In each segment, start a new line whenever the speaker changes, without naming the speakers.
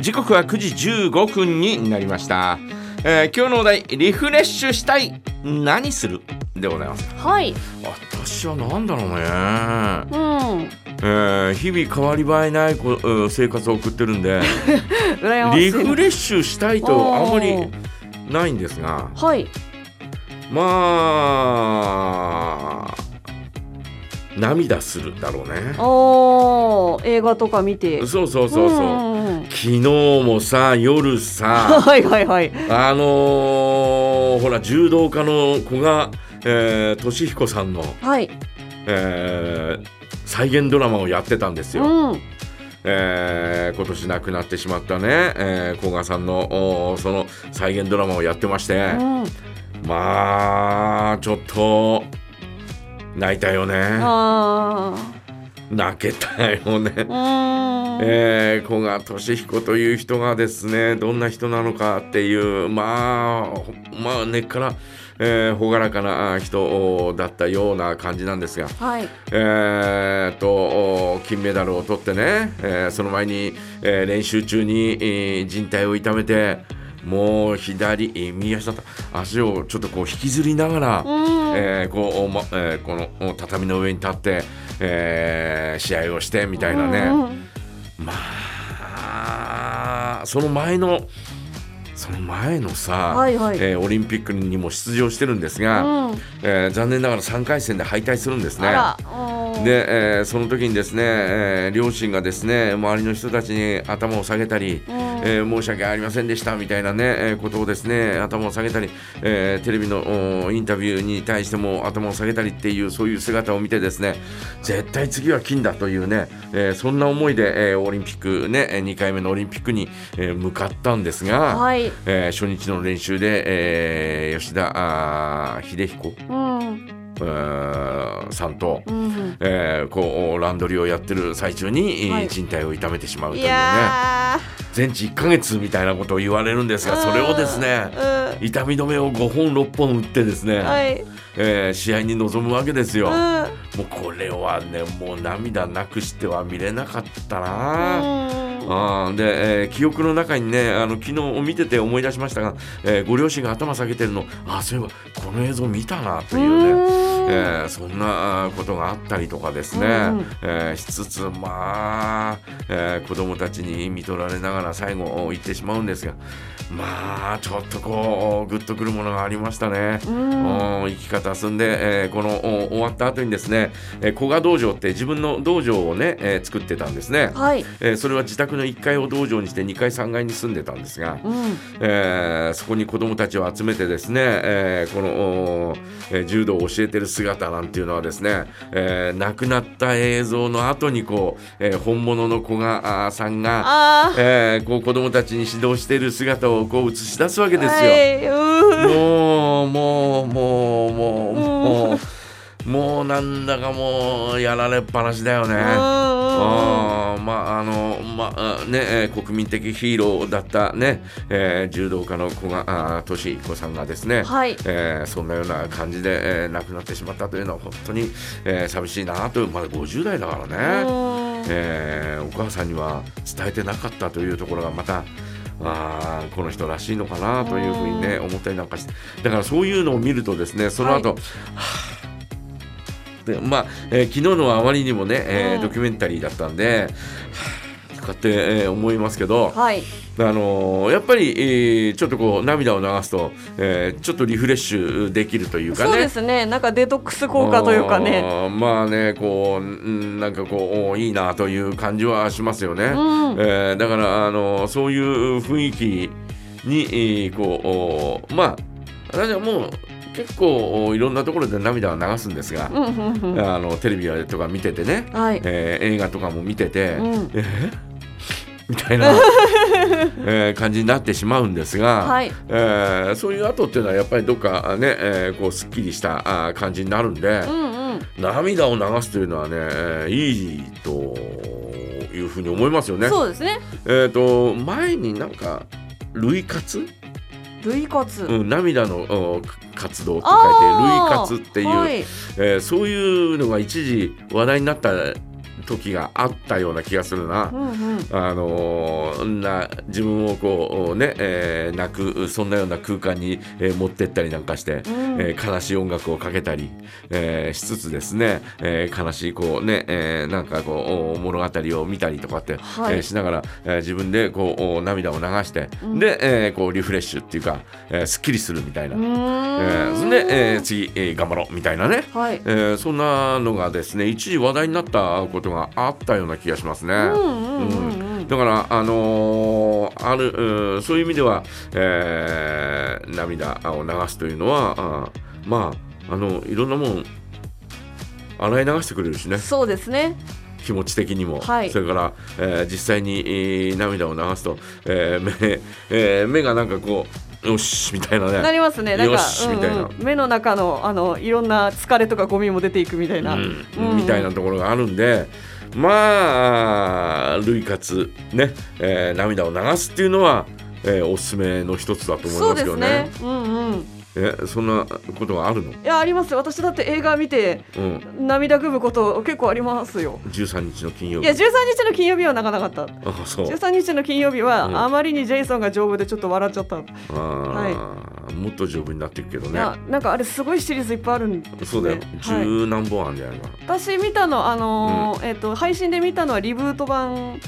時刻は9時15分になりました、えー今日のお題リフレッシュしたい何するでございます
はい。
私は何だろうね、
うん。
えー日々変わり映えないこえー生活を送ってるん で
羨ましい。
リフレッシュしたいとあんま
お
り
ー
ないんですが
はい。
まあ涙するだろうね
おー映画とか見て。
そうそうそうそう、
んんうん
昨日もさ夜 さ
はいはいはい。
あのーほら柔道家の古賀えー俊彦さんの、
はい。
えー再現ドラマをやってたんです
う
よ、
ん。
えー今年亡くなってしまったね、えー古賀さんのおーその再現ドラマをやってまして、
うん。
まあちょっと泣いたよね
あ
泣けたよね、
あ。うん。
えー、古賀俊彦という人がですねどんな人なのかっていうまあほまあ根っから、えー、朗らかな人だったような感じなんですが、
はい。
えー、と金メダルを取ってね、えーその前に、えー練習中に、えー靭帯を痛めてもう左えー右足だった足をちょっとこう引きずりながら、
うん。
えーこうおまえーこのお畳の上に立って、えー試合をしてみたいなね。
うんうん
まあその前のその前のさ、
はいはい
えーオリンピックにも出場してるんですが、
うん
えー残念ながら3回戦で敗退するんですね。
あら。うん。
で、えーその時にですね、えー両親がですね周りの人たちに頭を下げたり、
うん
えー申し訳ありませんでしたみたいなね、えーことをですね頭を下げたり、えーテレビのおインタビューに対しても頭を下げたりっていうそういう姿を見てですね絶対次は金だというね、えーそんな思いで、えーオリンピックね2回目のオリンピックに、えー向かったんですが、
はい。
えー初日の練習で、えー吉田あー秀彦
うん。
えーさんと。
うん。
えーこうランドリーをやってる最中に、
はい
人体を痛めてしまうとい
いう
ね
や
全治1ヶ月みたいなことを言われるんです
ー。
がそれをですね
う
痛み止めを5本6本打ってですね、
ん。はい。
えー試合に臨むわけですよ、も
うん。
うこれはねもう涙なくしては見れなかったな、
うん
あーで、えー記憶の中にねあの昨日見てて思い出しましたが、えーご両親が頭下げてるのあーそういえばこの映像見たなというね
うん
えーそんなあーことがあったりとかですね、
うんうん
えーしつつまあ、えー子供たちに見とられながら最後行ってしまうんですがまあちょっとこうグッとくるものがありましたね。
うん
うん生き方すんで、えーこのお終わった後にですね、えー、古賀道場って自分の道場をね、えー作ってたんですね、
はい。
えーそれは自宅の1階を道場にして2階3階に住んでたんですが、
うん。
えーそこに子どもたちを集めてですね、えーこの、おーえー柔道を教えてる姿なんていうのはですね、えー亡くなった映像の後にこう、えー本物の子があーさんが、
ああ。
えーこう子どもたちに指導している姿をこう映し出すわけですよ。
はい。
もうもうもうもう
うん
もうもうなんだかもうやられっぱなしだよね。
う
あーまああのまあねえー国民的ヒーローだったね、えー柔道家の古賀あー俊彦さんがですね、
ん。はい。
えーそんなような感じで、えー亡くなってしまったというのは本当に、えー寂しいなというまだ50代だからね、
う
えーお母さんには伝えてなかったというところがまた。あーこの人らしいのかなというふうにね思ったりなんかしてだからそういうのを見るとですねその後、でまあ、えー昨日のはあまりにもね、えー
うん
ドキュメンタリーだったんで、はぁとかって、えー思いますけど
ん、はい。
あのーやっぱり、えーちょっとこう涙を流すと、えーちょっとリフレッシュできるというかね。
そうですね。なんかデトックス効果というかね。
あーまあねこううんなんかこうおいいなという感じはしますよね、
うん
えーだからあのそういう雰囲気にえーこうおまあ私はもう結構おいろんなところで涙は流すんですが、
うんうんうん。
あのテレビとか見ててね、
はい。
えー映画とかも見てて、
うん
えー みたい な、えー感じになってしまうんですが、
はい。
えーそういう後っていうのはやっぱりどっかね、えーこうすっきりしたあー感じになるんで
う、んうん。
涙を流すというのはね、えーいいというふうに思いますよね。
そうですね。
えっ、と前になんか類活、
類活。
うん、涙のお活動って書いて類
あー
活っていう、
はい
えーそういうのが一時話題になった時があったような気がするな。
うんうん
あのーな自分をこうね、えー泣くそんなような空間に、えー持ってったりなんかして、
うん
えー悲しい音楽をかけたり、えーしつつですね、えー悲しいこうね、えーなんかこうお物語を見たりとかって、
はい
えーしながら、えー自分でこうお涙を流して、
うん
で、えーこうリフレッシュっていうか、えーすっきりするみたいな、
う
え
ー
ー
ん
そんで、えー次、えー頑張ろうみたいなね。
はい
えーそんなのがですね一時話題になったことがあったような気がしますね。
うんうんうんうん
だから、あのーあるうんそういう意味では、えー涙を流すというのはあーまああのいろんなもん洗い流してくれるしね
そうですね
気持ち的にも、
はい
それから、えー実際に、えー涙を流すと、えー目えー目がなんかこうよしみたいなね
なりますねなん
よ
か
しみたいな
うんうん、目の中のあのいろんな疲れとかゴミも出ていくみたいな、
うんみたいなところがあるんでまあ涙活ね、えー涙を流すっていうのは、えーおすすめの一つだと思い
そう
ます
で
けど
すね
ね。
うんうん
えそんなことがあるの、
いやありますよ私だって映画見て
うん、
涙ぐむこと結構ありますよ
13日の金曜
い
日
や13日の金曜日は泣かなかった
あそう
13日の金曜日は、
うん
あまりにジェイソンが丈夫でちょっと笑っちゃった、
あー、もっと丈夫になっていくけど
い
ね
やなんかあれすごいシリーズいっぱいあるんですね
そうだよ
はい
十何本あんじゃないか
私見たのあのーえっ、と配信で見たのはリブート版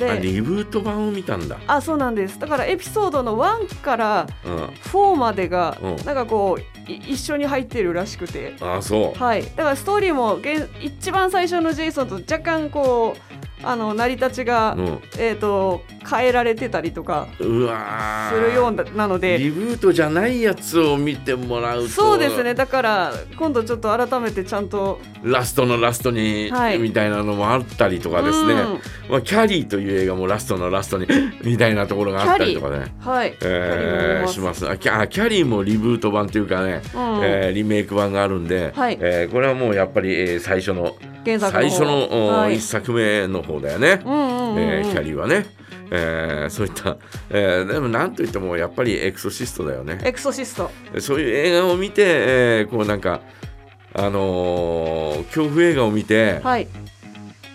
な、あ
で
リブート版を見たんだ、
あそうなんですだからエピソードの1から
うん、
4までが、
うん
なんかこうい一緒に入ってるらしくて
あそう
はい、だからストーリーも現一番最初のジェイソンと若干こうあの成り立ちが、
うん、
えー、と変えられてたりとか
うわ
す
ー
るようななので
リブートじゃないやつを見てもらうと
そうですねだから今度ちょっと改めてちゃんと
ラストのラストに、
はい
みたいなのもあったりとかですね、
うん
まあ、キャリーという映画もラストのラスト にみたいなところがあったりとかね。
はい、、
えーしますすあキャあキャリーもリブート版というかね、
うん
えーリメイク版があるんで、
はい
えーこれはもうやっぱり、えー最初の
原作
最初のお
はい
一作目の方だよね、
うんうんうんうん
えーキャリーはね、えーそういった、えーでもなんといってもやっぱりエクソシストだよね。
エクソシスト
そういう映画を見て、えーこうなんか、あのー恐怖映画を見て、
はい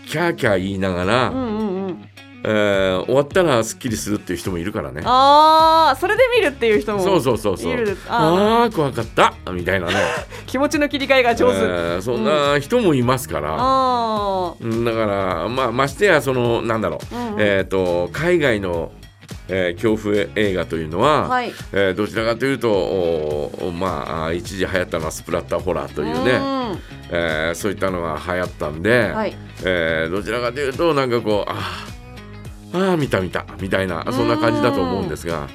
キャーキャー言いながら、
うんうんうん
えー終わったらすっきりするっていう人もいるからね。
ああそれで見るっていう人も
そうそうそうそ
いうる。
あ
あ
あー怖かったみたいなね、
気持ちの切り替えが 上手、
えーそんな人もいますから、
あ
うんだから、まあ、ましてやそのなんだろう、
うんうん
えー、と海外の、えー恐怖映画というの
あ
は、
はい
えーどちらかというとおーまあ一時流行ったのはスプラッターホラーというね、えーそういったのが流行ったんで、
うんはい
えーどちらかというとなんかこうあーあー見た見たみたいなそんな感じだと思うんですが、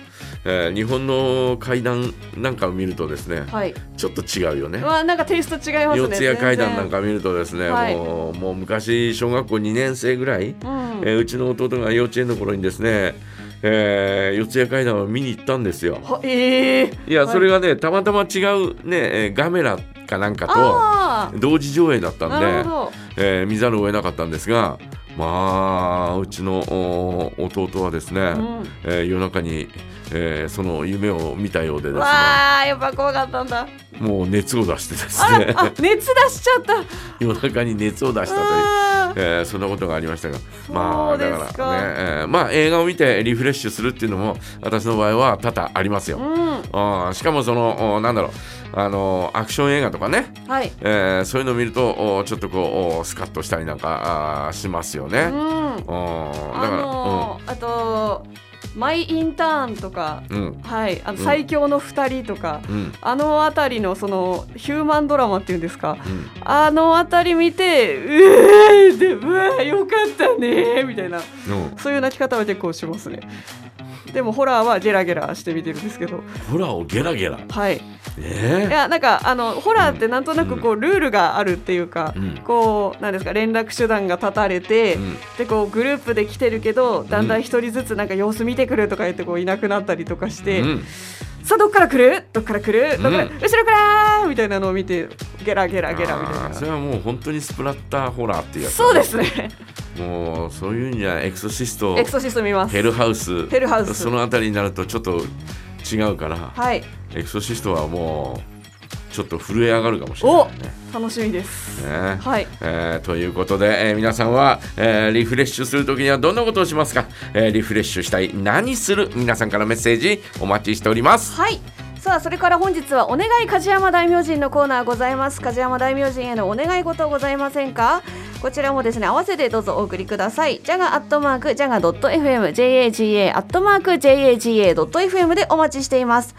えー日本の階段なんかを見るとですね
はい
ちょっと違うよね。
まあなんかテイスト違いますね
四谷階段なんか
か
見るとですね、
はい
もうもう昔小学校2年生ぐらい、
うん、
えーうちの弟が幼稚園の頃にですね、えー四谷階段を見に行ったんですよ。
はええ
いや
はい
それがねたまたま違うね、えーガメラかなんかと
あ
同時上映だっ
あ
たんで
なるほど
えー見ざるを得なかったんですがまあうちのお弟はですね、
ん
えー夜中に、えーその夢を見たようでですね
わあやっぱ怖かったんだ
もう熱を出してです
あら
ね
あ熱出しちゃった
夜中に熱を出したという。
あー
えーそんなことがありましたが、まあ
そうで
だ
す
か
から
ね、えーまあ映画を見てリフレッシュするっていうのも私の場合は多々ありますよ。
う
あーしかもそのおなんだろうあのアクション映画とかね、
んはい
えーそういうのを見るとおちょっとこうおスカッとしたりなんかあーしますよね。
うんあ
あだから、
のーあとマイインターンとか
うんうん
はいあの
うん
最強の二人とか
うん
あのあたりのそのヒューマンドラマっていうんですか
うん
あのあたり見てうえーでうわーよかったねーみたいな
うん
そういう泣き方は結構しますね。でもホラーはゲラゲラして見てるんですけど、
ホラーをゲラゲラ
はい。い
え
やなんかあのホラーってなんとなくこうルールがあるっていうか
え、うん
こうなんですか連絡手段が断たれて
う、ん
でこうグループで来てるけど、だんだん一人ずつなんか様子見てくるとか言ってこういなくなったりとかして、
うん
さあどっから来る？どっから来る？どっから、
うん
後ろからみたいなのを見てゲラゲラゲラみた
あー
い
そ
な。
れはもう本当にスプラッターホラーっていうやつだ
そうですね。
もうそういうんじゃないエクソシスト
エクソシスト見ます。
ヘルハウス
ヘルハウス
そのあたりになるとちょっと違うから
はい。
エクソシストはもうちょっと震え上がるかもしれないね。
楽しみです。
ね
はい。
えーということで、えー皆さんは、えーリフレッシュするときにはどんなことをしますか、えーリフレッシュしたい何する皆さんからメッセージお待ちしております
はいさあそれから本日はお願い梶山大名人のコーナーございます梶山大名人へのお願い事ございませんかこちらもですね合わせてどうぞお送りくださいジャガアットマークジャガ .fm jaga アットマーク jaga.fm でお待ちしています